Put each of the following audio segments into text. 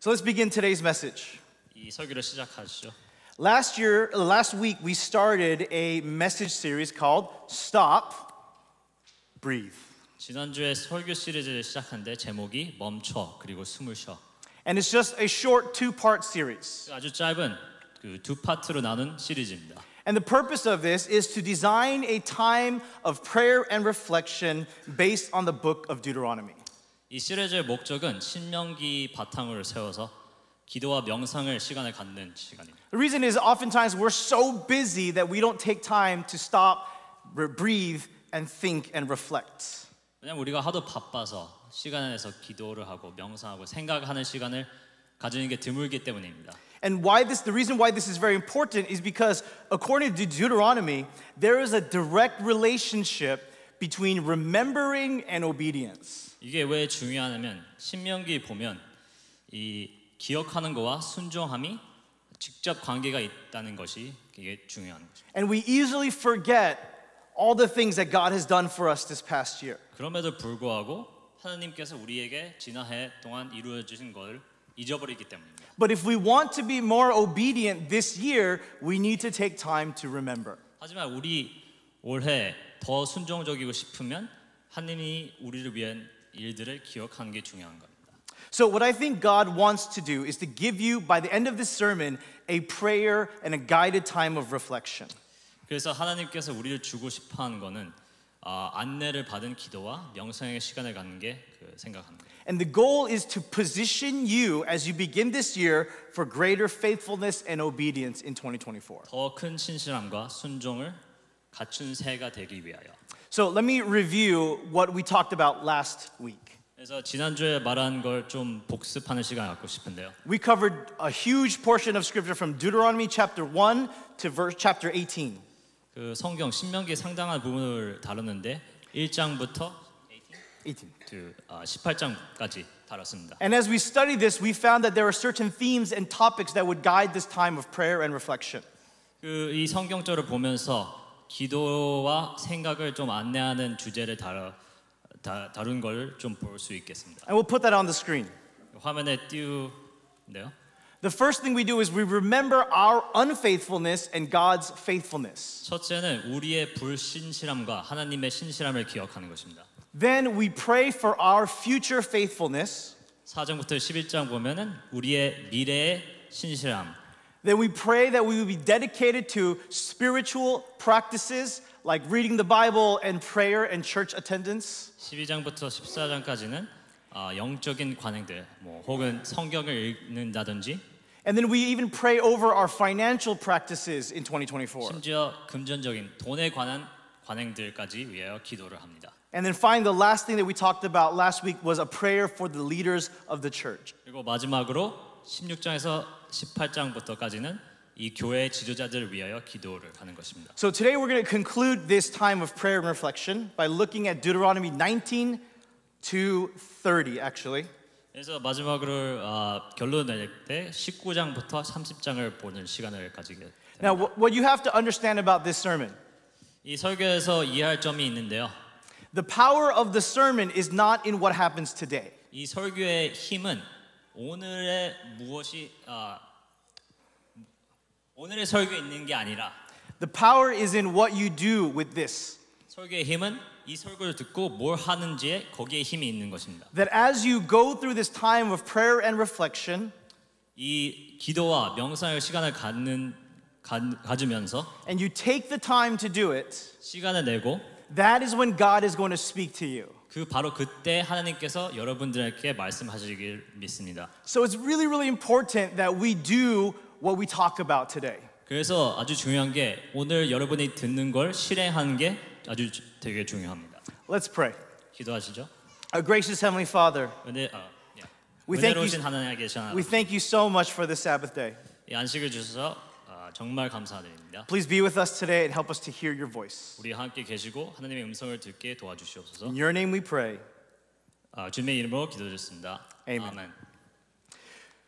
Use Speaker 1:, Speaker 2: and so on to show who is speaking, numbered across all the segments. Speaker 1: So let's begin today's message.
Speaker 2: 이 설교를 시작하시죠.
Speaker 1: Last year, last week, we started a message series called Stop, Breathe.
Speaker 2: 지난주에 설교 시리즈를 시작한데 제목이 멈춰 그리고 숨을 쉬어.
Speaker 1: And it's just a short two part series.
Speaker 2: 아주 짧은 그 두 파트로 나눈 시리즈입니다.
Speaker 1: And the purpose of this is to design a time of prayer and reflection based on the book of Deuteronomy.
Speaker 2: 이 시리즈의 목적은 신명기 바탕으로 세워서 기도와 명상을 시간을 갖는 시간입니다.
Speaker 1: The reason is oftentimes we're so busy that we don't take time to stop, re- breathe, and think and reflect.
Speaker 2: 왜냐면 우리가 하도 바빠서 시간을 내서 기도를 하고 명상하고 생각하는 시간을 가지는 게 드물기 때문입니다.
Speaker 1: And why this the reason why this is very important is because according to Deuteronomy, there is a direct relationship between remembering and obedience.
Speaker 2: 이게 왜 중요하냐면 신명기 보면 이 기억하는 거와 순종함이 직접 관계가 있다는 것이 이게 중요한 거죠.
Speaker 1: And we easily forget all the things that God has done for us this past year.
Speaker 2: 그럼에도 불구하고 하나님께서 우리에게 지난해 동안 이루어 주신 걸 잊어버리기 때문입니다.
Speaker 1: But if we want to be more obedient this year, we need to take time to remember.
Speaker 2: 하지만 우리 올해 더 순종적이고 싶으면 하나님이 우리를 위한 일들을 기억하는 게 중요한 겁니다.
Speaker 1: So what I think God wants to do is to give you by the end of this sermon a prayer and a guided time of reflection.
Speaker 2: 그래서 하나님께서 우리를 주고 싶어 하는 거는 아, 안내를 받은 기도와 명상의 시간을 갖는 게 그 생각합니다.
Speaker 1: And the goal is to position you as you begin this year for greater faithfulness and obedience in 2024.
Speaker 2: 더 큰 신실함과 순종을 갖춘 새가 되기 위하여.
Speaker 1: So let me review what we talked about last week.
Speaker 2: 그래서 지난주에 말한 걸 좀 복습하는 시간 갖고 싶은데요.
Speaker 1: We covered a huge portion of scripture from Deuteronomy chapter 1 to verse chapter 18.
Speaker 2: 그 성경 신명기 상당한 부분을 다뤘는데 1장부터
Speaker 1: 18.
Speaker 2: 그, 아, 18장까지 다뤘습니다.
Speaker 1: And as we studied this, we found that there are certain themes and topics that would guide this time of prayer and reflection.
Speaker 2: 그 이 성경절을 보면서 기도와 생각을 좀 안내하는 주제를 다뤄 다, 다룬 걸 좀 볼 수 있겠습니다.
Speaker 1: And we'll put that on the screen.
Speaker 2: 화면에 띄우는데요.
Speaker 1: The first thing we do is we remember our unfaithfulness and God's faithfulness.
Speaker 2: 첫째는 우리의 불신실함과 하나님의 신실함을 기억하는 것입니다.
Speaker 1: Then we pray for our future faithfulness.
Speaker 2: 4장부터 11장 보면은 우리의 미래의 신실함,
Speaker 1: Then we pray that we will be dedicated to spiritual practices like reading the Bible and prayer and church attendance.
Speaker 2: 12장부터 14장까지는 어, 영적인 관행들, 뭐 혹은 성경을 읽는다든지,
Speaker 1: And then we even pray over our financial practices in 2024.
Speaker 2: 심지어 금전적인 돈에 관한 관행들까지 위하여 기도를 합니다.
Speaker 1: And then finally, the last thing that we talked about last week was a prayer for the leaders of the church.
Speaker 2: 그리고 마지막으로 16장에서 18장부터까지는 이 교회의 지도자들을 위하여 기도를 하는 것입니다.
Speaker 1: So today we're going to conclude this time of prayer and reflection by looking at Deuteronomy 19 to 30, actually.
Speaker 2: 그래서 마지막으로 아, 결론을 낼 때 19장부터 30장을 보는 시간을 가지게 됩니다.
Speaker 1: Now, wh- what you have to understand about this sermon
Speaker 2: 이 설교에서 이해할 점이 있는데요.
Speaker 1: The power of the sermon is not in what happens today.
Speaker 2: 이 설교의 힘은 오늘의 무엇이 아, 오늘의 설교에 있는 게 아니라
Speaker 1: The power is in what you do with this.
Speaker 2: 설교의 힘은 이 설교를 듣고 뭘 하는지에 거기에 힘이 있는 것입니다.
Speaker 1: That as you go through this time of prayer and reflection,
Speaker 2: 이 기도와 명상의 시간을 갖는 가, 가지면서
Speaker 1: and you take the time to do it,
Speaker 2: 시간을 내고
Speaker 1: that is when God is going to speak to you.
Speaker 2: 그 바로 그때 하나님께서 여러분들에게 말씀하시길 믿습니다.
Speaker 1: So it's really, really important that we do what we talk about today.
Speaker 2: 그래서 아주 중요한 게 오늘 여러분이 듣는 걸 실행하는 게 아주 주- 되게 중요합니다.
Speaker 1: Let's pray.
Speaker 2: 기도하시죠.
Speaker 1: Our gracious Heavenly Father,
Speaker 2: 근데 아, 예.
Speaker 1: We thank
Speaker 2: 은혜로우신
Speaker 1: you-
Speaker 2: 하나님 계신 하나님
Speaker 1: we thank you so much for this Sabbath day.
Speaker 2: 이 안식을 주셔서 아, 정말 감사드립니다.
Speaker 1: Please be with us today and help us to hear your voice.
Speaker 2: 우리 함께 계시고 하나님의 음성을 듣게 도와주시옵소서.
Speaker 1: In your name we pray.
Speaker 2: 아, 주님의 이름으로 기도드렸습니다.
Speaker 1: Amen.
Speaker 2: 아멘.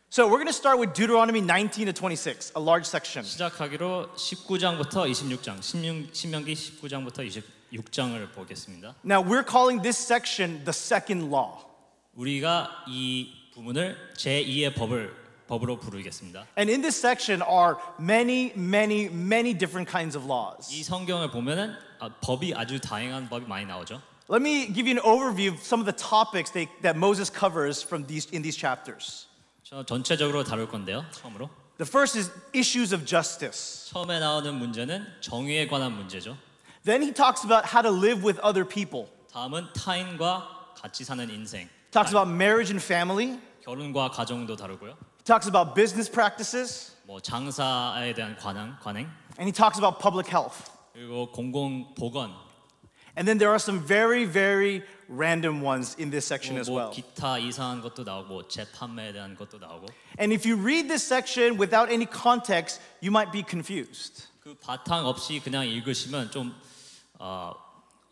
Speaker 1: So we're going to start with Deuteronomy 19 to 26, a large section.
Speaker 2: 시작하기로 19장부터 26장, 신명, 신명기 19장부터 26장을 보겠습니다.
Speaker 1: Now, we're calling this section the second law.
Speaker 2: 우리가 이 부분을 제2의 법을 법으로 부르겠습니다.
Speaker 1: And in this section are many, many, many different kinds of laws.
Speaker 2: 이 성경을 보면은 아, 법이 아주 다양한 법이 많이 나오죠.
Speaker 1: Let me give you an overview of some of the topics they, that Moses covers from these, in these chapters.
Speaker 2: 저 전체적으로 다룰 건데요. 처음으로
Speaker 1: The first is issues of justice.
Speaker 2: 처음에 나오는 문제는 정의에 관한 문제죠.
Speaker 1: Then he talks about how to live with other people,
Speaker 2: 다음은 타인과 같이 사는 인생. 아,
Speaker 1: talks about marriage and family, he
Speaker 2: 결혼과 가정도 다루고요.
Speaker 1: talks about business practices,
Speaker 2: 뭐 장사에 대한 관행, 관행
Speaker 1: and he talks about public health.
Speaker 2: 그리고 공공 보건,
Speaker 1: And then there are some very, very random ones in this section as
Speaker 2: 뭐
Speaker 1: well.
Speaker 2: 기타 이상한 것도 나오고 뭐 재판매에 대한 것도 나오고
Speaker 1: And if you read this section without any context, you might be confused.
Speaker 2: 그 바탕 없이 그냥 읽으시면 좀 어,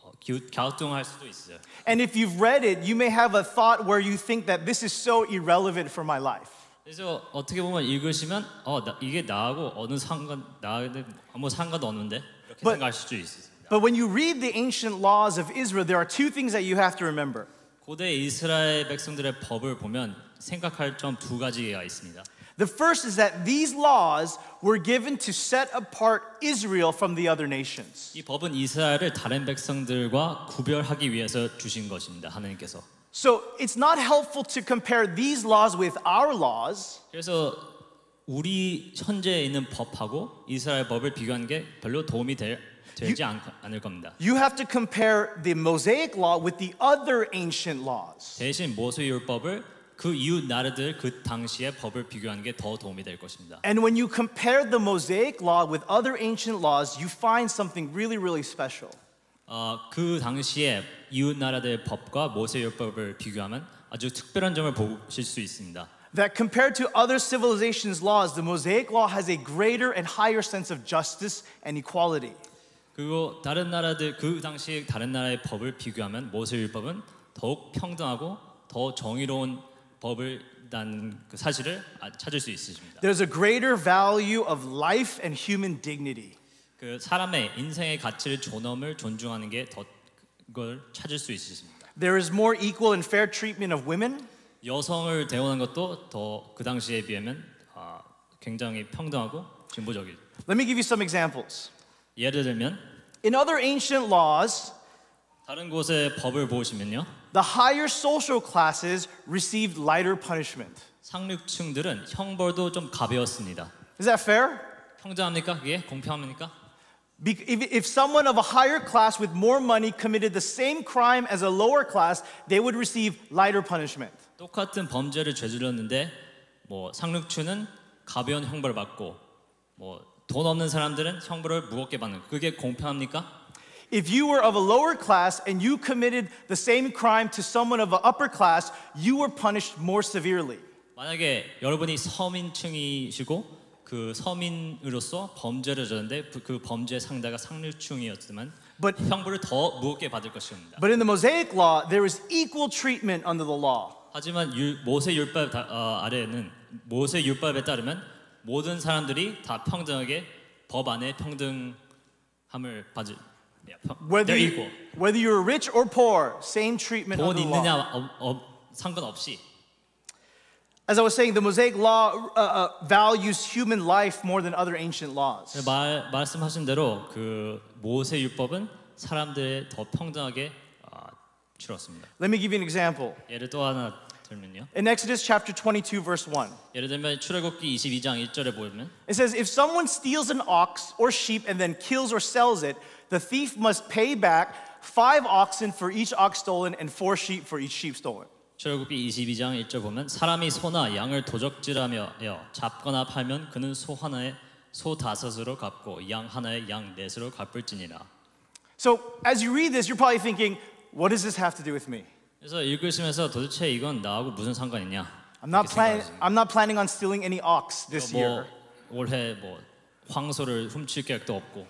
Speaker 2: 어, 기우- 갸우뚱할 수도 있어요.
Speaker 1: And if you've read it, you may have a thought where you think that this is so irrelevant for my life.
Speaker 2: 그래서 어떻게 보면 읽으시면 어 나- 이게 나하고 어느 상관 나한테 아무 상관도 없는데 이렇게
Speaker 1: But-
Speaker 2: 생각할 수도 있습니다.
Speaker 1: But when you read the ancient laws of Israel, there are two things that you have to remember.
Speaker 2: 고대 이스라엘 백성들의 법을 보면 생각할 점 두 가지가 있습니다.
Speaker 1: The first is that these laws were given to set apart Israel from the other nations.
Speaker 2: 이 법은 이스라엘을 다른 백성들과 구별하기 위해서 주신 것입니다. 하나님께서.
Speaker 1: So it's not helpful to compare these laws with our laws
Speaker 2: 그래서 우리 현재 있는 법하고 이스라엘 법을 비교한 게 별로 도움이 될, 되지 않, 않을 겁니다.
Speaker 1: You have to compare the Mosaic law with the other ancient laws.
Speaker 2: 대신 모세율법을 그 이웃 나라들 그 당시의 법을 비교하는 게 더 도움이 될 것입니다.
Speaker 1: And when you compare the Mosaic law with other ancient laws, you find something really, really special.
Speaker 2: 어, 그 당시에 이웃 나라들의 법과 모세율법을 비교하면 아주 특별한 점을 보실 수 있습니다.
Speaker 1: That compared to other civilizations' laws, the Mosaic law has a greater and higher sense of justice and equality.
Speaker 2: 그리고 다른 나라들 그 당시에 다른 나라의 법을 비교하면 모세율법은 더욱 평등하고 더 정의로운 법을 난 그 사실을 아- 찾을 수 있으십니다.
Speaker 1: There's a greater value of life and human dignity.
Speaker 2: 그 사람의 인생의 가치를 존엄을 존중하는 게 더 그걸 찾을 수 있으십니다.
Speaker 1: There is more equal and fair treatment of women.
Speaker 2: 여성을 대우하는 것도 더 그 당시에 비하면 아, 굉장히 평등하고 진보적일.
Speaker 1: Let me give you some examples.
Speaker 2: 예를 들면
Speaker 1: In other ancient laws,
Speaker 2: 다른 곳의 법을 보시면요.
Speaker 1: the higher social classes received lighter punishment.
Speaker 2: 상류층들은 형벌도 좀 가벼웠습니다.
Speaker 1: Is that fair?
Speaker 2: 평등합니까? 그게 공평합니까?
Speaker 1: Be- If, if someone of a higher class with more money committed the same crime as a lower class, they would receive lighter punishment.
Speaker 2: 똑같은 범죄를 저질렀는데 뭐 상류층은 가벼운 형벌을 받고 뭐 돈 없는 사람들은 형벌을 무겁게 받는 그게 공평합니까?
Speaker 1: If you were of a lower class and you committed the same crime to someone of an upper class, you were punished more severely.
Speaker 2: 만약에 여러분이 서민층이시고 그 서민으로서 범죄를 저는데 그 범죄 상대가 상류층이었지만
Speaker 1: But-
Speaker 2: 형벌을 더 무겁게 받을 것입니다.
Speaker 1: But in the Mosaic law, there is equal treatment under the law.
Speaker 2: 하지만 율- 모세 율법 다- 어, 아래에는 모세 율법에 따르면 모든 사람들이 다 평등하게 법 안에 평등함을 받을 야, 평-
Speaker 1: Whether,
Speaker 2: they're
Speaker 1: you,
Speaker 2: equal.
Speaker 1: whether you're rich or poor, same treatment
Speaker 2: 돈
Speaker 1: under the law.
Speaker 2: 있느냐 없- 없- 상관없이
Speaker 1: As I was saying, the Mosaic law uh, uh, values human life more than other ancient laws.
Speaker 2: 말, 말씀하신 대로 그 모세 율법은 사람들을 더 평등하게 아, 치렀습니다.
Speaker 1: Let me give you an example.
Speaker 2: 예를 또 하나 들면요.
Speaker 1: In Exodus chapter 22, verse 1,
Speaker 2: 예를 들면 출애굽기 22장 1절에 보면
Speaker 1: it says, If someone steals an ox or sheep and then kills or sells it, the thief must pay back five oxen for each ox stolen and four sheep for each sheep stolen.
Speaker 2: 출애굽기 22장 1절 보면 사람이 소나 양을 도적질하며 여 잡거나 팔면 그는 소 하나에 소 다섯으로 갚고 양 하나에 양 넷으로 갚을지니라.
Speaker 1: So as you read this, you're probably thinking, What does this have to do with me?
Speaker 2: 그래서 읽으시면서 도대체 이건 나하고 무슨 상관이냐?
Speaker 1: I'm not,
Speaker 2: 이렇게
Speaker 1: plan-
Speaker 2: 생각하시는
Speaker 1: I'm not planning on stealing any ox this year.
Speaker 2: 뭐 올해 뭐 황소를 훔칠 계획도 없고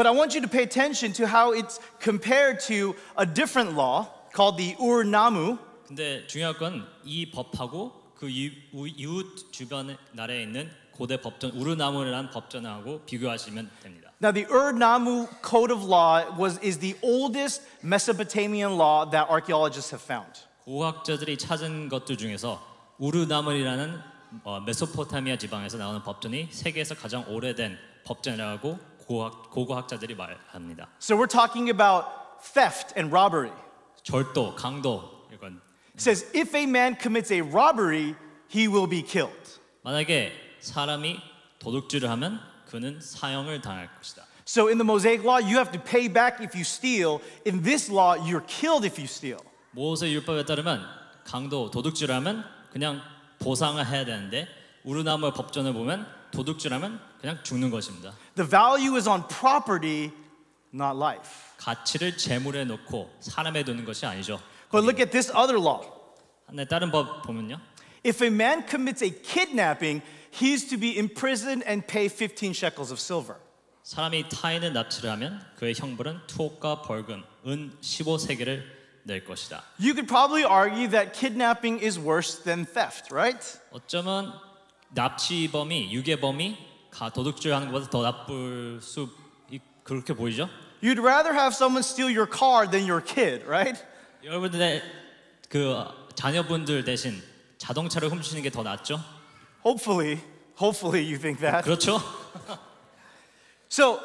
Speaker 1: But I want you to pay attention to how it's compared to a different law called the Ur Namu.
Speaker 2: 근데 중요한 건 이 법하고 그 이- 우- 이웃 주변 나라에 있는 고대 법전 우르나무라는 법전하고 비교하시면 됩니다.
Speaker 1: Now, the Ur Namu code of law was, is the oldest Mesopotamian law that archaeologists have found.
Speaker 2: 고고학자들이 찾은 것들 중에서 우르나물이라는 어, 메소포타미아 지방에서 나오는 법전이 세계에서 가장 오래된 법전이라고 고학, 고고학자들이 말합니다.
Speaker 1: So we're talking about theft and robbery.
Speaker 2: 절도, 강도 이건
Speaker 1: It says, if a man commits a robbery, he will be killed.
Speaker 2: 만약에 사람이 도둑질을 하면 그는 사형을 당할 것이다.
Speaker 1: So in the Mosaic law, you have to pay back if you steal. In this law, you're killed if you steal.
Speaker 2: 모세 율법에 따르면 강도 도둑질하면 그냥 보상을 해야 되는데 우르나무 법전을 보면 도둑질하면 그냥 죽는 것입니다.
Speaker 1: The value is on property, not life.
Speaker 2: 가치를 재물에 놓고 사람에 두는 것이 아니죠.
Speaker 1: But look at this other law.
Speaker 2: 근데 네, 다른 법 보면요.
Speaker 1: If a man commits a kidnapping, he's to be imprisoned and pay 15 shekels of silver.
Speaker 2: 사람이 타인을 납치를 하면 그의 형벌은 투옥과 벌금 은 15세계를 낼 것이다.
Speaker 1: You could probably argue that kidnapping is worse than theft, right?
Speaker 2: 어쩌면 납치범이 유괴범이 가 도둑질하는 것보다 더 나쁠 수 있- 그렇게 보이죠?
Speaker 1: You'd rather have someone steal your car than your kid, right?
Speaker 2: 여러분들의 그 자녀분들 대신 자동차를 훔치는 게 더 낫죠?
Speaker 1: Hopefully, hopefully you think that.
Speaker 2: 그렇죠?
Speaker 1: So,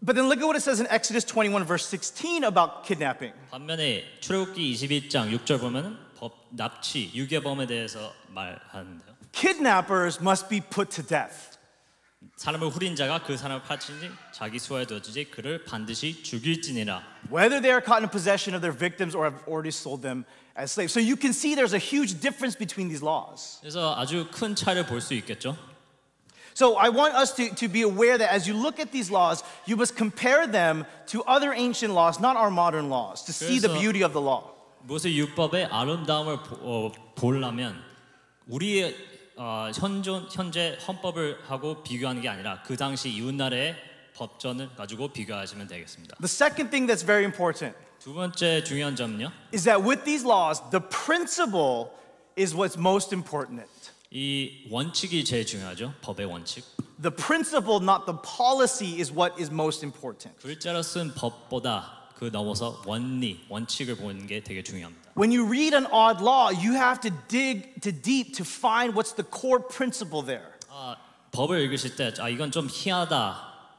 Speaker 1: but then look at what it says in Exodus 21, verse 16 about kidnapping.
Speaker 2: 반면에 출애굽기 21장 6절 보면은 법 납치 유괴범에 대해서 말하는데요.
Speaker 1: Kidnappers must be put to death.
Speaker 2: 사람을 후린 자가 그 사람을 파친지 자기 수하에 두어지지 그를 반드시 죽일지니라.
Speaker 1: whether they are caught in possession of their victims or have already sold them as slaves. So you can see there's a huge difference between these laws.
Speaker 2: 그래서 아주 큰 차를 볼 수 있겠죠.
Speaker 1: So I want us to, to be aware that as you look at these laws, you must compare them to other ancient laws, not our modern laws, to see the
Speaker 2: 그래서-
Speaker 1: beauty of the law.
Speaker 2: 모세 율법의 아름다움을 보, 어, 보려면 우리의 어, 현존, 현재 헌법을 하고 비교하는 게 아니라 그 당시 이웃 나라의 법전을 가지고 비교하시면 되겠습니다.
Speaker 1: The second thing that's very important
Speaker 2: 두 번째 중요한 점은요.
Speaker 1: is that with these laws, the principle is what's most important.
Speaker 2: 이 원칙이 제일 중요하죠. 법의 원칙.
Speaker 1: The principle, not the policy, is what is most important.
Speaker 2: 글자로 쓴 법보다 그 넘어서 원리, 원칙을 보는 게 되게 중요합니다.
Speaker 1: When you read an odd law, you have to dig to deep to find what's the core principle there.
Speaker 2: 아, 법을 읽으실 때, 아, 이건 좀 희하다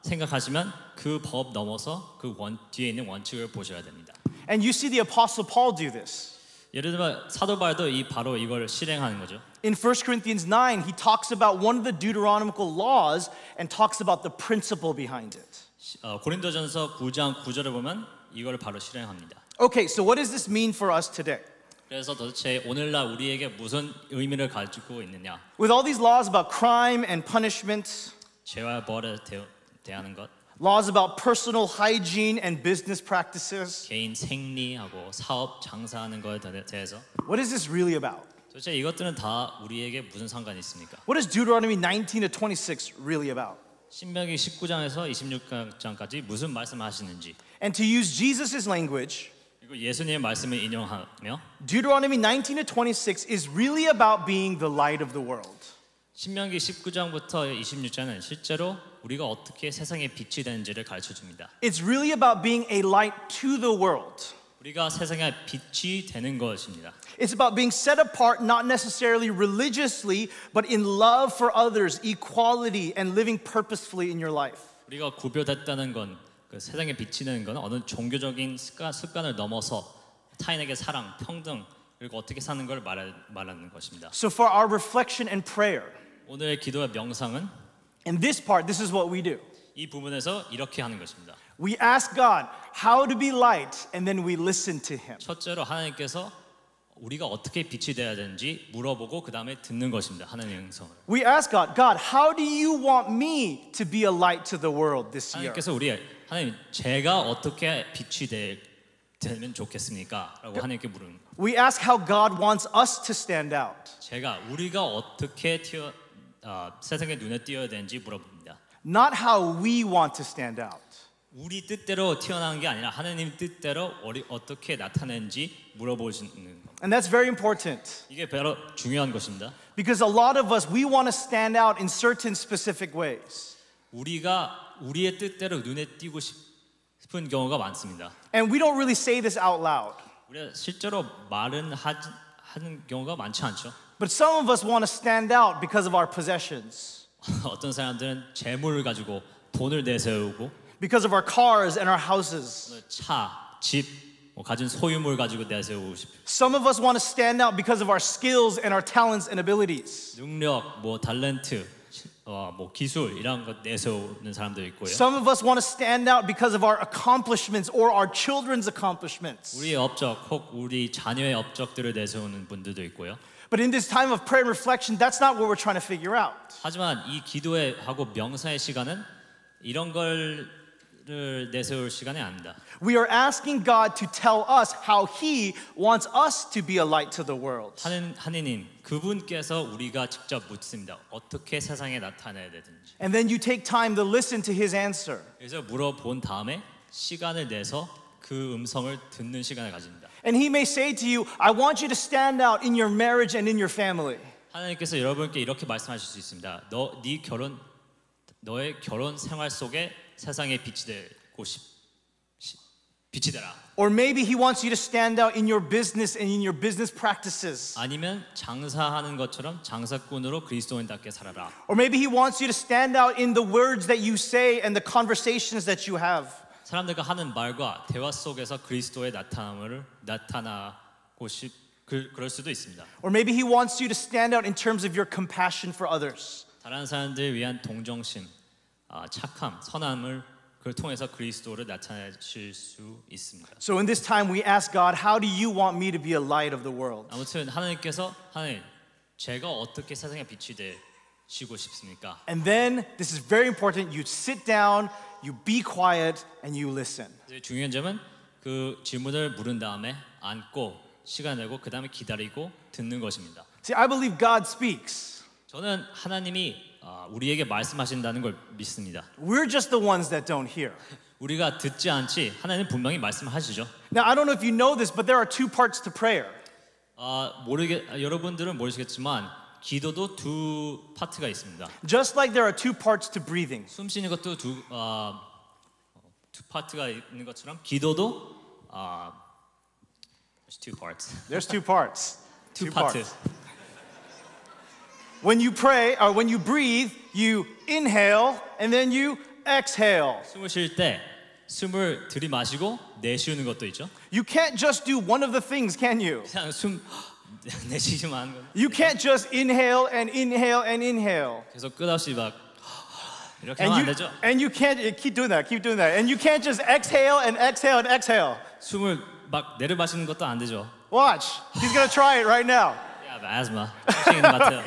Speaker 2: 생각하시면 그 법 넘어서 그 원, 뒤에 있는 원칙을 보셔야 됩니다.
Speaker 1: And you see the Apostle Paul do this.
Speaker 2: 예를 들면 사도 바울도 이 바로 이걸 실행하는 거죠.
Speaker 1: In 1 Corinthians 9, he talks about one of the Deuteronomical laws and talks about the principle behind it.
Speaker 2: 시- 어, 고린도전서 9장 9절을 보면 이걸 바로 실행합니다.
Speaker 1: Okay, so what does this mean for us today?
Speaker 2: 그래서 도대체 오늘날 우리에게 무슨 의미를 가지고 있느냐?
Speaker 1: With all these laws about crime and punishment,
Speaker 2: 죄와 벌에 대, 대하는 것,
Speaker 1: laws about personal hygiene and business practices,
Speaker 2: 개인 생리하고 사업 장사하는 것에 대- 대해서
Speaker 1: what is this really about?
Speaker 2: 도대체 이것들은 다 우리에게 무슨 상관이 있습니까?
Speaker 1: What is Deuteronomy 19 to 26 really about?
Speaker 2: 신명기 19장에서 26장까지 무슨 말씀하시는지
Speaker 1: And to use Jesus' language,
Speaker 2: 그리고 예수님의 말씀을 인용하며
Speaker 1: Deuteronomy 19 to 26 is really about being the light of the world.
Speaker 2: 신명기 19장부터 26장은 실제로 우리가 어떻게 세상에 빛이 되는지를 가르쳐 줍니다.
Speaker 1: It's really about being a light to the world.
Speaker 2: 우리가 세상에 빛이 되는 것입니다.
Speaker 1: It's about being set apart, not necessarily religiously, but in love for others, equality, and living purposefully in your life.
Speaker 2: 우리가 구별됐다는 건 그 세상에 빛이 되는 건 어느 종교적인 습관, 습관을 넘어서 타인에게 사랑, 평등 그리고 어떻게 사는 걸 말하, 말하는 것입니다.
Speaker 1: So, for our reflection and prayer,
Speaker 2: 오늘의 기도와 명상은
Speaker 1: in this part, this is what we do
Speaker 2: 이 부분에서 이렇게 하는 것입니다.
Speaker 1: we ask God how to be light, and then we listen to Him.
Speaker 2: 첫째로 하나님께서 우리가 어떻게 빛이 되어야 되는지 물어보고 그 다음에 듣는 것입니다. 하나님의 음성을.
Speaker 1: We ask God, God, how do you want me to be a light to the world this year?
Speaker 2: 하나님께서 우리 하나님 제가 어떻게 빛이 되, 되면 좋겠습니까?라고 하나님께 물은 거예요.
Speaker 1: We ask how God wants us to stand out,
Speaker 2: 제가 우리가 어떻게 튀어 아, 세상의 눈에 띄어야 되는지 물어봅니다.
Speaker 1: not how we want to stand out.
Speaker 2: 우리 뜻대로 튀어나온 게 아니라 하나님 뜻대로 우리 어떻게 나타내는지 물어보시는 겁니다.
Speaker 1: And that's very important.
Speaker 2: 이게 바로 중요한 것입니다.
Speaker 1: Because a lot of us, we want to stand out in certain specific ways.
Speaker 2: 우리가 우리의 뜻대로 눈에 띄고 싶은 경우가 많습니다.
Speaker 1: And we don't really say this out loud.
Speaker 2: 우리가 실제로 말은 하, 하는 경우가 많지 않죠.
Speaker 1: But some of us want to stand out because of our possessions,
Speaker 2: 어떤 사람들은 재물을 가지고 돈을 내세우고 뭐
Speaker 1: because of our cars and our houses.
Speaker 2: 차, 집, 뭐 가진 소유물 가지고 내세우고 싶어.
Speaker 1: Some of us want to stand out because of our skills and our talents and abilities.
Speaker 2: 능력, 뭐 탤런트, 어, 뭐 기술 이런 것 내세우는 사람도 있고요.
Speaker 1: Some of us want to stand out because of our accomplishments or our children's accomplishments.
Speaker 2: 우리의 업적 혹 우리 자녀의 업적들을 내세우는 분들도 있고요.
Speaker 1: But in this time of prayer and reflection, that's not what we're trying to figure out.
Speaker 2: 하지만 이 기도의 하고 명사의 시간은 이런 걸를 내세울 시간이 아닙니다.
Speaker 1: We are asking God to tell us how He wants us to be a light to the world.
Speaker 2: 하는 하느님 그분께서 우리가 직접 묻습니다. 어떻게 세상에 나타내야 되든지.
Speaker 1: And then you take time to listen to His answer.
Speaker 2: 그래서 물어본 다음에 시간을 내서 그 음성을 듣는 시간을 가집니다.
Speaker 1: And He may say to you, I want you to stand out in your marriage and in your family.
Speaker 2: 하나님께서 여러분께 이렇게 말씀하실 수 있습니다. 너 네 결혼 너의 결혼 생활 속에 세상에 빛이 되고 싶 시- 빛이 되라.
Speaker 1: Or maybe He wants you to stand out in your business and in your business practices.
Speaker 2: 아니면 장사하는 것처럼 장사꾼으로 그리스도인답게 살아라.
Speaker 1: Or maybe he wants you to stand out in the words that you say and the conversations that you have.
Speaker 2: 사람들과 하는 말과 대화 속에서 그리스도의 나타남을 나타나고 싶 그, 그럴 수도 있습니다.
Speaker 1: Or maybe he wants you to stand out in terms of your compassion for others.
Speaker 2: 다른 사람들 위한 동정심, 아, 착함, 선함을 그걸 통해서 그리스도를 나타내실 수 있습니다.
Speaker 1: So in this time, we ask God, How do you want me to be a light of the world?
Speaker 2: 아무튼 하나님께서 하나님 제가 어떻게 세상에 빛이 되시고 싶습니까?
Speaker 1: And then, this is very important, you sit down, you be quiet, and you listen.
Speaker 2: 이제 중요한 점은 그 질문을 물은 다음에 앉고 시간 내고 그 다음에 기다리고 듣는 것입니다.
Speaker 1: See, I believe God speaks.
Speaker 2: 저는 하나님이 아, 우리에게 말씀하신다는 걸 믿습니다.
Speaker 1: We're just the ones that don't hear.
Speaker 2: 우리가 듣지 않지 하나님 분명히 말씀하시죠.
Speaker 1: Now, I don't know if you know this, but there are two parts to prayer.
Speaker 2: 아, 모르게 아, 여러분들은 모르시겠지만 기도도 두 파트가 있습니다.
Speaker 1: Just like there are two parts to breathing.
Speaker 2: 숨 쉬는 것도 두, 아, 두 파트가 있는 것처럼 기도도 아, there's two parts.
Speaker 1: There's two parts.
Speaker 2: 두 파트.
Speaker 1: When you pray or when you breathe, you inhale and then you exhale.
Speaker 2: 숨을 쉴 때 숨을 들이마시고 내쉬는 것도 있죠.
Speaker 1: You can't just do one of the things, can you?
Speaker 2: 그냥 숨 내쉬기만 하는 건
Speaker 1: You can't just inhale and inhale and inhale.
Speaker 2: 계속 끝없이 막 이렇게 하면 안
Speaker 1: And you,
Speaker 2: 되죠.
Speaker 1: and you can't eh, keep doing that, keep doing that. And you can't just exhale and exhale and exhale.
Speaker 2: 숨을 막 내려마시는 것도 안 되죠.
Speaker 1: Watch. He's gonna try it right now.
Speaker 2: 야, asthma. 혹시 있는 것 같아요.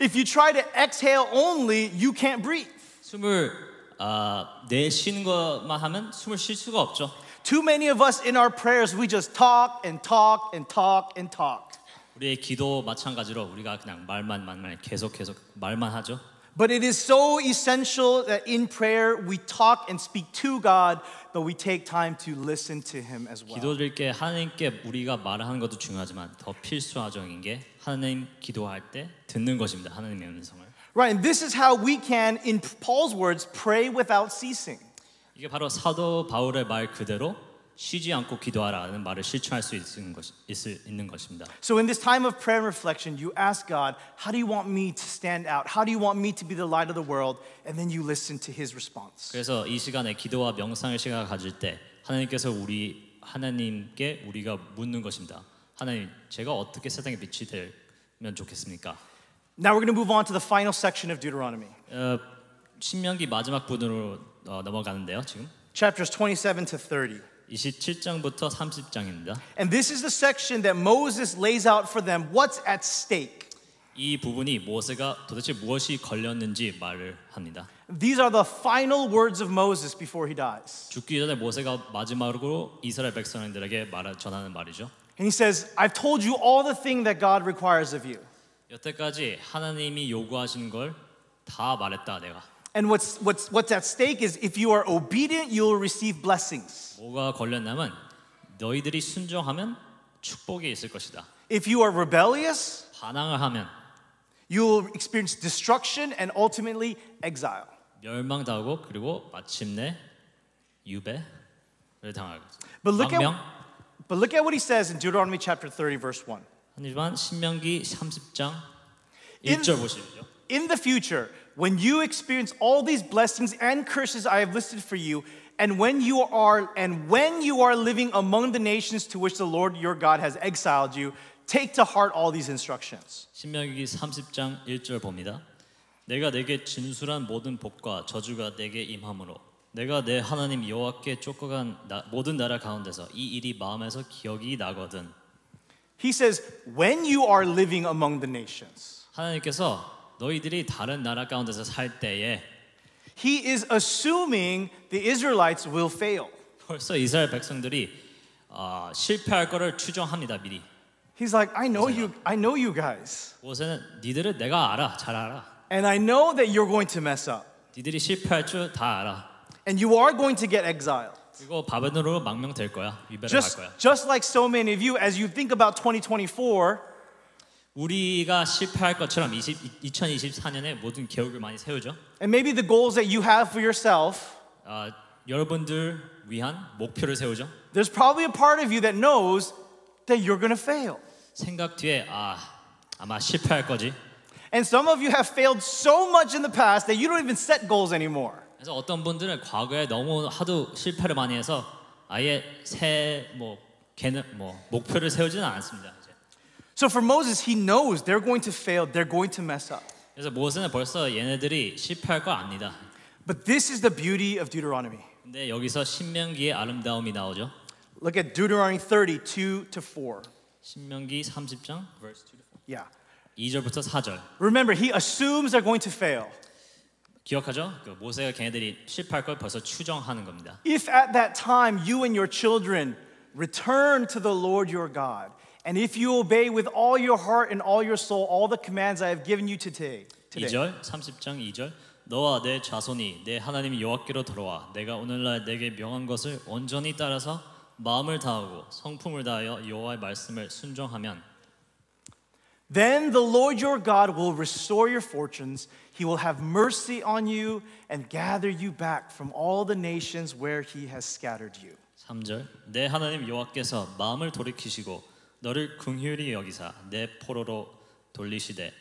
Speaker 1: If you try to exhale only, you can't breathe.
Speaker 2: 숨을 아, 내쉬는 것만 하면 숨을 쉴 수가 없죠.
Speaker 1: Too many of us in our prayers, we just talk and talk and talk and talk.
Speaker 2: 우리의 기도 마찬가지로 우리가 그냥 말만 말만 계속 계속 말만 하죠.
Speaker 1: But it is so essential that in prayer we talk and speak to God, but we take time to listen to Him as well.
Speaker 2: 기도드릴 게 하나님께 우리가 말하는 것도 중요하지만 더 필수화적인 게 하나님 기도할 때 듣는 것입니다. 하나님의 음성을.
Speaker 1: Right, and this is how we can, in Paul's words, pray without ceasing.
Speaker 2: 이게 바로 사도 바울의 말 그대로 쉬지 않고 기도하라는 말을 실천할 수 있는, 것, 있을, 있는 것입니다.
Speaker 1: So, in this time of prayer and reflection, you ask God, How do you want me to stand out? How do you want me to be the light of the world? And then you listen to His response.
Speaker 2: 그래서 이 시간에 기도와 명상의 시간을 가질 때 하나님께서 우리 하나님께 우리가 묻는 것입니다. 하나님, 제가 어떻게 세상에 빛이 되면 좋겠습니까?
Speaker 1: Now, we're going to move on to the final section of Deuteronomy,
Speaker 2: 어, 신명기 마지막 부분으로 어, 넘어가는데요. 지금
Speaker 1: chapters 27 to 30.
Speaker 2: 27장부터 30장입니다.
Speaker 1: And this is the section that Moses lays out for them what's at stake.
Speaker 2: 이 부분이 모세가 도대체 무엇이 걸렸는지 말을 합니다.
Speaker 1: These are the final words of Moses before he dies.
Speaker 2: 죽기 전에 모세가 마지막으로 이스라엘 백성들에게 말 전하는 말이죠.
Speaker 1: And he says, I've told you all the thing that God requires of you.
Speaker 2: 여태까지 하나님이 요구하신 걸 다 말했다 내가.
Speaker 1: And what's, what's, what's at stake is if you are obedient, you'll receive blessings.
Speaker 2: 뭐가 걸렸냐면 너희들이 순종하면 축복이 있을 것이다.
Speaker 1: If you are rebellious,
Speaker 2: 반항을 하면
Speaker 1: you'll experience destruction and ultimately exile.
Speaker 2: 멸망당하고 그리고 마침내 유배를 당하겠지.
Speaker 1: But look at-
Speaker 2: 망명
Speaker 1: But look at what he says in Deuteronomy chapter 30, verse 1.
Speaker 2: 하지만 신명기 30장
Speaker 1: In-
Speaker 2: 1절 보시죠.
Speaker 1: In the future, when you experience all these blessings and curses I have listed for you, and when you are and when you are living among the nations to which the Lord your God has exiled you, take to heart all these instructions.
Speaker 2: 신명기 30장 1절 봅니다. 내가 내게 진술한 모든 복과 저주가 내게 임함으로 내가 내 하나님 여호와께 쫓겨간 나- 모든 나라 가운데서 이 일이 마음에서 기억이 나거든.
Speaker 1: He says, when you are living among the nations.
Speaker 2: 하나님께서 너희들이 다른 나라 가운데서 살 때에
Speaker 1: He is assuming the Israelites will fail.
Speaker 2: 벌써 이스라엘 백성들이 아, 실패할 거를 추정합니다 미리.
Speaker 1: He's like, I know you, I know you guys.
Speaker 2: 모세는 니들은 내가 알아 잘 알아.
Speaker 1: And I know that you're going to mess up.
Speaker 2: 니들이 실패할 줄 다 알아.
Speaker 1: And you are going to get exiled.
Speaker 2: 그리고 바벨론으로 망명될 거야 위배를 할
Speaker 1: Just,
Speaker 2: 거야.
Speaker 1: just like so many of you, as you think about 2024,
Speaker 2: 우리가 실패할 것처럼 20, 2024년에 모든 계획을 많이 세우죠.
Speaker 1: and maybe the goals that you have for yourself,
Speaker 2: 아, 여러분들 위한 목표를 세우죠.
Speaker 1: there's probably a part of you that knows that you're going to fail.
Speaker 2: 생각 뒤에 아 아마 실패할 거지.
Speaker 1: And some of you have failed so much in the past that you don't even set goals anymore.
Speaker 2: 그래서 어떤 분들은 과거에 너무 하도 실패를 많이 해서 아예 새뭐 개는 뭐 목표를 세우지는 않습니다. 이제.
Speaker 1: So for Moses, he knows they're going to fail, they're going to mess up.
Speaker 2: 그래서 모세는 벌써 얘네들이 실패할 거 압니다.
Speaker 1: But this is the beauty of Deuteronomy.
Speaker 2: 근데 여기서 신명기의 아름다움이 나오죠.
Speaker 1: Look at Deuteronomy 32 to 4.
Speaker 2: 신명기 30장 verse
Speaker 1: Yeah.
Speaker 2: 2절부터 4절.
Speaker 1: Remember, he assumes they're going to fail.
Speaker 2: 기억하죠? 그 모세가 걔네들이 실패할 걸 벌써 추정하는 겁니다.
Speaker 1: If at that time you and your children return to the Lord your God, and if you obey with all your heart and all your soul all the commands I have given you today, today
Speaker 2: 2절 30장 2절 너와 내 자손이 내 하나님 여호와께로 돌아와 내가 오늘날 내게 명한 것을 온전히 따라서 마음을 다하고 성품을 다하여 여호와의 말씀을 순종하면
Speaker 1: then the Lord your God will restore your fortunes. He will have mercy on you and gather you back from all the nations where he has scattered you.
Speaker 2: 3절 내 하나님 여호와께서 마음을 돌이키시고 너를 긍휼히 여기사 내 포로로 돌리시되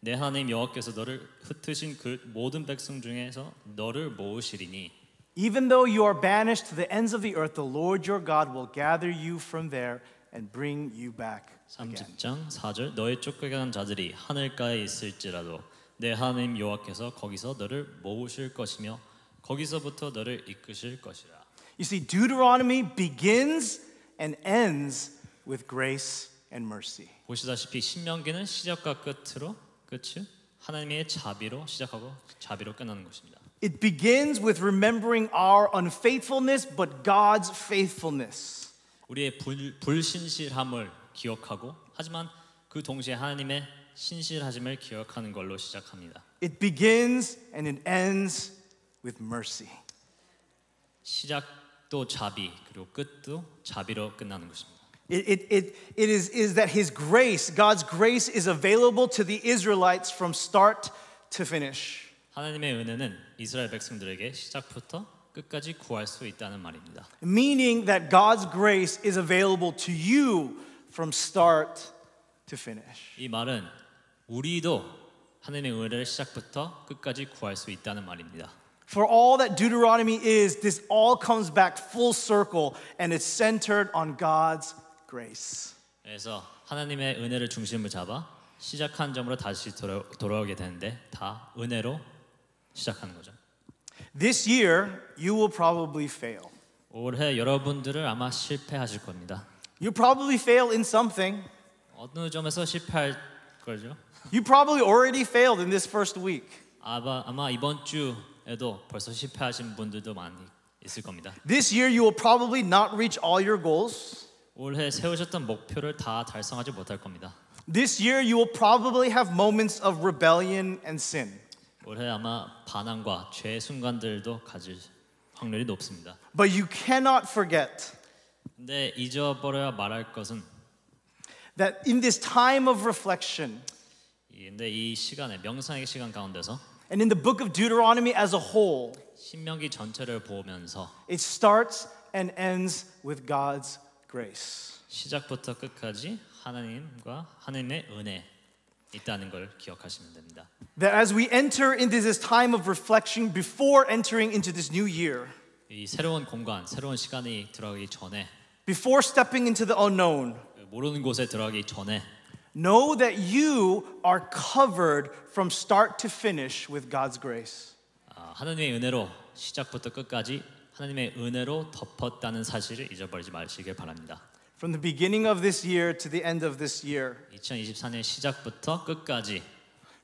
Speaker 2: 내 하나님 여호와께서 너를 흩으신 그 모든 백성 중에서 너를 모으시리니
Speaker 1: Even though you are banished to the ends of the earth, the Lord your God will gather you from there and bring you back again.
Speaker 2: 30장 4절 너의 쫓겨간 자들이 하늘가에 있을지라도 내 하나님 여호와께서 거기서 너를 모으실 것이며 거기서부터 너를 이끄실 것이라.
Speaker 1: You see, Deuteronomy begins and ends with grace and mercy.
Speaker 2: 보시다시피 신명기는 시작과 끝으로 끝이 하나님의 자비로 시작하고 자비로 끝나는 것입니다.
Speaker 1: It begins with remembering our unfaithfulness, but God's faithfulness.
Speaker 2: 우리의 불, 불신실함을 기억하고 하지만 그 동시에 하나님의 신실하심을 기억하는 걸로 시작합니다.
Speaker 1: It begins and it ends with mercy.
Speaker 2: 시작도 자비 그리고 끝도 자비로 끝나는 것입니다.
Speaker 1: It, it, it, it is, is that His grace, God's grace, is available to the Israelites from start to finish.
Speaker 2: 하나님의 은혜는 이스라엘 백성들에게 시작부터 끝까지 구할 수 있다는 말입니다.
Speaker 1: meaning that God's grace is available to you from start to finish.
Speaker 2: 이 말은 우리도 하나님의 은혜를 시작부터 끝까지 구할 수 있다는 말입니다.
Speaker 1: For all that Deuteronomy is, this all comes back full circle and it's centered on God's grace.
Speaker 2: 그래서 하나님의 은혜를 중심을 잡아 시작한 점으로 다시 돌아, 돌아오게 되는데 다 은혜로 시작하는 거죠.
Speaker 1: This year, you will probably fail.
Speaker 2: 올해 여러분들을 아마 실패하실 겁니다.
Speaker 1: You probably fail in something.
Speaker 2: 어느 점에서 실패할 거죠?
Speaker 1: You probably already failed in this first week.
Speaker 2: 아마, 아마 이번 주에도 벌써 실패하신 분들도 많이 있을 겁니다.
Speaker 1: This year, you will probably not reach all your goals.
Speaker 2: 올해 세우셨던 목표를 다 달성하지 못할 겁니다.
Speaker 1: This year, you will probably have moments of rebellion and sin.
Speaker 2: 올해 아마 반항과 죄의 순간들도 가질 확률이 높습니다.
Speaker 1: But you cannot forget
Speaker 2: 근데 잊어버려야 말할 것은
Speaker 1: that in this time of reflection
Speaker 2: 이- 근데 이 시간에 명상의 시간 가운데서
Speaker 1: and in the book of Deuteronomy as a whole,
Speaker 2: 신명기 전체를 보면서
Speaker 1: it starts and ends with God's grace.
Speaker 2: 시작부터 끝까지 하나님과 하나님의 은혜 있다는 걸 기억하시면 됩니다.
Speaker 1: That as we enter into this time of reflection before entering into this new year,
Speaker 2: 이 새로운 공간, 새로운 시간이 들어가기 전에
Speaker 1: before stepping into the unknown,
Speaker 2: 모르는 곳에 들어가기 전에
Speaker 1: know that you are covered from start to finish with God's grace.
Speaker 2: 아, 하나님의 은혜로 시작부터 끝까지 하나님의 은혜로 덮었다는 사실을 잊어버리지 마시길 바랍니다.
Speaker 1: From the beginning of this year to the end of this year,
Speaker 2: 2024년 시작부터 끝까지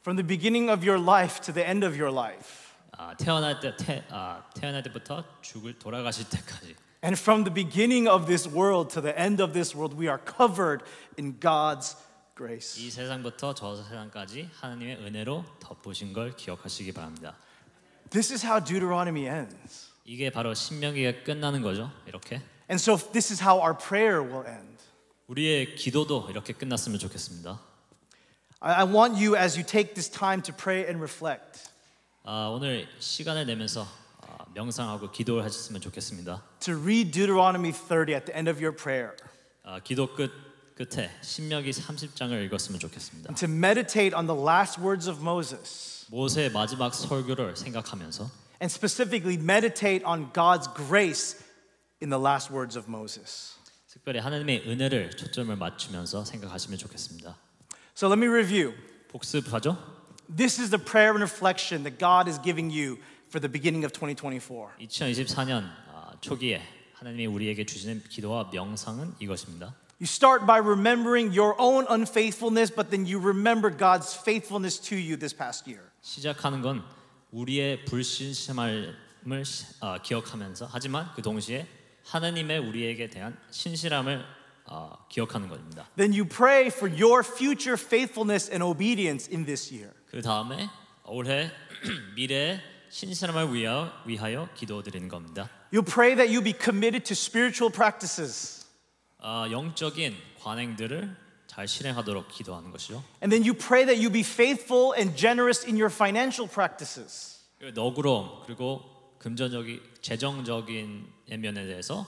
Speaker 1: from the beginning of your life to the end of your life,
Speaker 2: 아, 태어날 때 태, 아, 태어날 때부터 죽을 돌아가실 때까지
Speaker 1: and from the beginning of this world to the end of this world, we are covered in God's grace.
Speaker 2: 이 세상부터 저 세상까지 하나님의 은혜로 덮으신 걸 기억하시기 바랍니다.
Speaker 1: This is how Deuteronomy ends.
Speaker 2: 이게 바로 신명기가 끝나는 거죠. 이렇게
Speaker 1: And so, this is how our prayer will end.
Speaker 2: 우리의 기도도 이렇게 끝났으면 좋겠습니다.
Speaker 1: I I want you, as you take this time to pray and reflect,
Speaker 2: 아, 오늘 시간을 내면서 아, 명상하고 기도를 하셨으면 좋겠습니다.
Speaker 1: to read Deuteronomy 30 at the end of your prayer,
Speaker 2: 아, 기도 끝 끝에 신명기 30장을 읽었으면 좋겠습니다.
Speaker 1: to meditate on the last words of Moses,
Speaker 2: 모세의 마지막 설교를 생각하면서
Speaker 1: and specifically meditate on God's grace in the last words of Moses.
Speaker 2: 특별히 하나님의 은혜를 초점을 맞추면서 생각하시면 좋겠습니다.
Speaker 1: So, let me review.
Speaker 2: 복습하죠?
Speaker 1: This is the prayer and reflection that God is giving you for the beginning of 2024.
Speaker 2: 2024년 아, 초기에 하나님이 우리에게 주시는 기도와 명상은 이것입니다.
Speaker 1: You start by remembering your own unfaithfulness, but then you remember God's faithfulness to you this past year.
Speaker 2: 시작하는 건 우리의 불신심함을 시- 아, 기억하면서 하지만 그 동시에 하나님의 우리에게 대한 신실함을 아, 기억하는 것입니다.
Speaker 1: Then you pray for your future faithfulness and obedience in this year.
Speaker 2: 그 다음에 올해 미래의 신실함을 위하여, 위하여 기도드리는 겁니다.
Speaker 1: You'll pray that you be committed to spiritual practices.
Speaker 2: 아, 영적인 관행들을 잘 실행하도록 기도하는 것이죠.
Speaker 1: And then you pray that you be faithful and generous in your financial practices.
Speaker 2: 그리고 너그러움 그리고 금전적인 재정적인 면에 대해서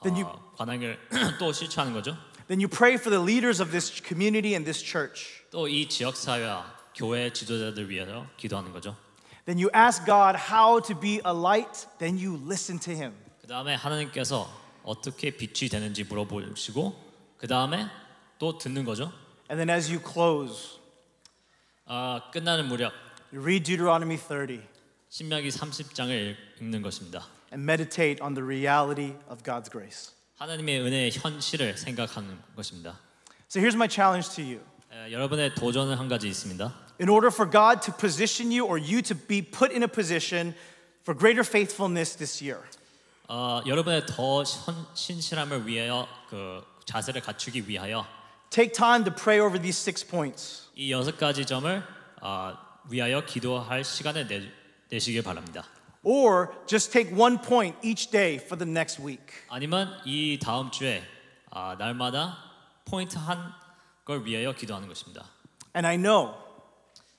Speaker 2: 아,
Speaker 1: Then you-
Speaker 2: 관행을 또 실천하는 거죠.
Speaker 1: Then you pray for the leaders of this community and this church.
Speaker 2: 또 이 지역 사회와 교회 지도자들 위해서 기도하는 거죠.
Speaker 1: Then you ask God how to be a light. Then you listen to Him.
Speaker 2: 그 다음에 하나님께서 어떻게 빛이 되는지 물어보시고 그 다음에 또 듣는 거죠.
Speaker 1: And then as you close,
Speaker 2: 아, 끝나는 무렵
Speaker 1: you read Deuteronomy 30
Speaker 2: 신명기 30장을 읽는 것입니다.
Speaker 1: and meditate on the reality of God's grace.
Speaker 2: 하나님의 은혜의 현실을 생각하는 것입니다.
Speaker 1: So here's my challenge to you.
Speaker 2: 에, 여러분의 도전은 한 가지 있습니다.
Speaker 1: In order for God to position you or you to be put in a position for greater faithfulness this year,
Speaker 2: 어, 여러분의 더 신- 신실함을 위하여 그 자세를 갖추기 위하여
Speaker 1: take time to pray over these six points.
Speaker 2: 이 여섯 가지 점을 아, 위하여 기도할 시간을 내, 내시길 바랍니다.
Speaker 1: Or just take one point each day for the next week.
Speaker 2: 아니면 이 다음 주에 아, 날마다 포인트 한 걸 위하여 기도하는 것입니다.
Speaker 1: And I know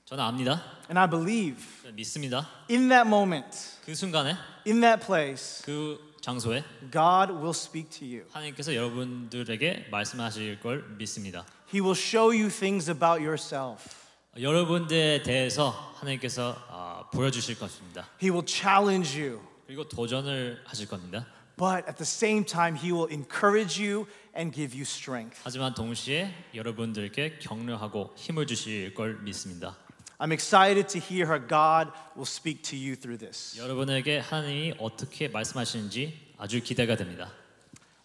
Speaker 2: 저는 압니다.
Speaker 1: and I believe
Speaker 2: 저는 믿습니다.
Speaker 1: in that moment,
Speaker 2: 그 순간에
Speaker 1: in that place,
Speaker 2: 그 장소에
Speaker 1: God will speak to you.
Speaker 2: 하나님께서 여러분들에게 말씀하실 걸 믿습니다.
Speaker 1: He will show you things about yourself.
Speaker 2: 여러분들에 대해서 하나님께서 아, 보여주실 것입니다.
Speaker 1: He will challenge you,
Speaker 2: 그리고 도전을 하실 겁니다.
Speaker 1: but at the same time, He will encourage you and give you strength.
Speaker 2: 하지만 동시에 여러분들께 격려하고 힘을 주실 걸 믿습니다.
Speaker 1: I'm excited to hear how God will speak to you through this.
Speaker 2: 여러분에게 하나님이 어떻게 말씀하시는지 아주 기대가 됩니다.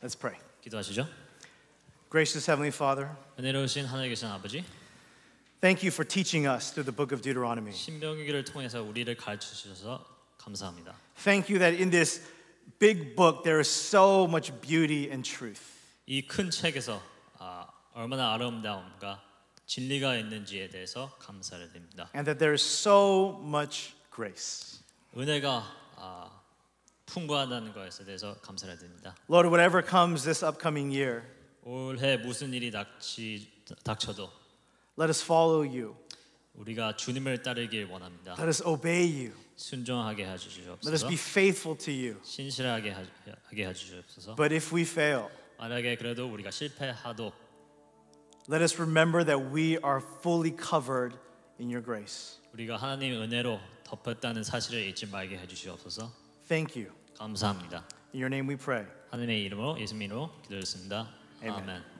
Speaker 1: Let's pray.
Speaker 2: 기도하시죠.
Speaker 1: Gracious Heavenly Father,
Speaker 2: 은혜로우신 하나님 계신 아버지,
Speaker 1: thank you for teaching us through the book of Deuteronomy.
Speaker 2: 신명기를 통해서 우리를 가르쳐 주셔서 감사합니다.
Speaker 1: Thank you that in this big book, there is so much beauty and truth.
Speaker 2: 이 큰 책에서 아, 얼마나 아름다움과 진리가 있는지에 대해서 감사를 드립니다.
Speaker 1: and that there is so much grace.
Speaker 2: 은혜가 아, 풍부하다는 것에 대해서 감사를 드립니다.
Speaker 1: Lord, whatever comes this upcoming year,
Speaker 2: 올해 무슨 일이 닥치, 닥쳐도
Speaker 1: let us follow you.
Speaker 2: 우리가 주님을 따르길 원합니다.
Speaker 1: Let us obey you.
Speaker 2: 순종하게
Speaker 1: Let us
Speaker 2: 해주시옵소서.
Speaker 1: be faithful to you.
Speaker 2: 신실하게 하- 하게 해주시옵소서.
Speaker 1: But if we fail,
Speaker 2: 만약에 그래도 우리가 실패하도
Speaker 1: Let us remember that we are fully covered in your grace.
Speaker 2: 우리가 하나님의 은혜로 덮였다는 사실을 잊지 말게 해주시옵소서.
Speaker 1: Thank you.
Speaker 2: 감사합니다.
Speaker 1: In your name we pray.
Speaker 2: 하나님의 이름으로 예수님으로 기도했습니다.
Speaker 1: 아멘.
Speaker 2: 아멘.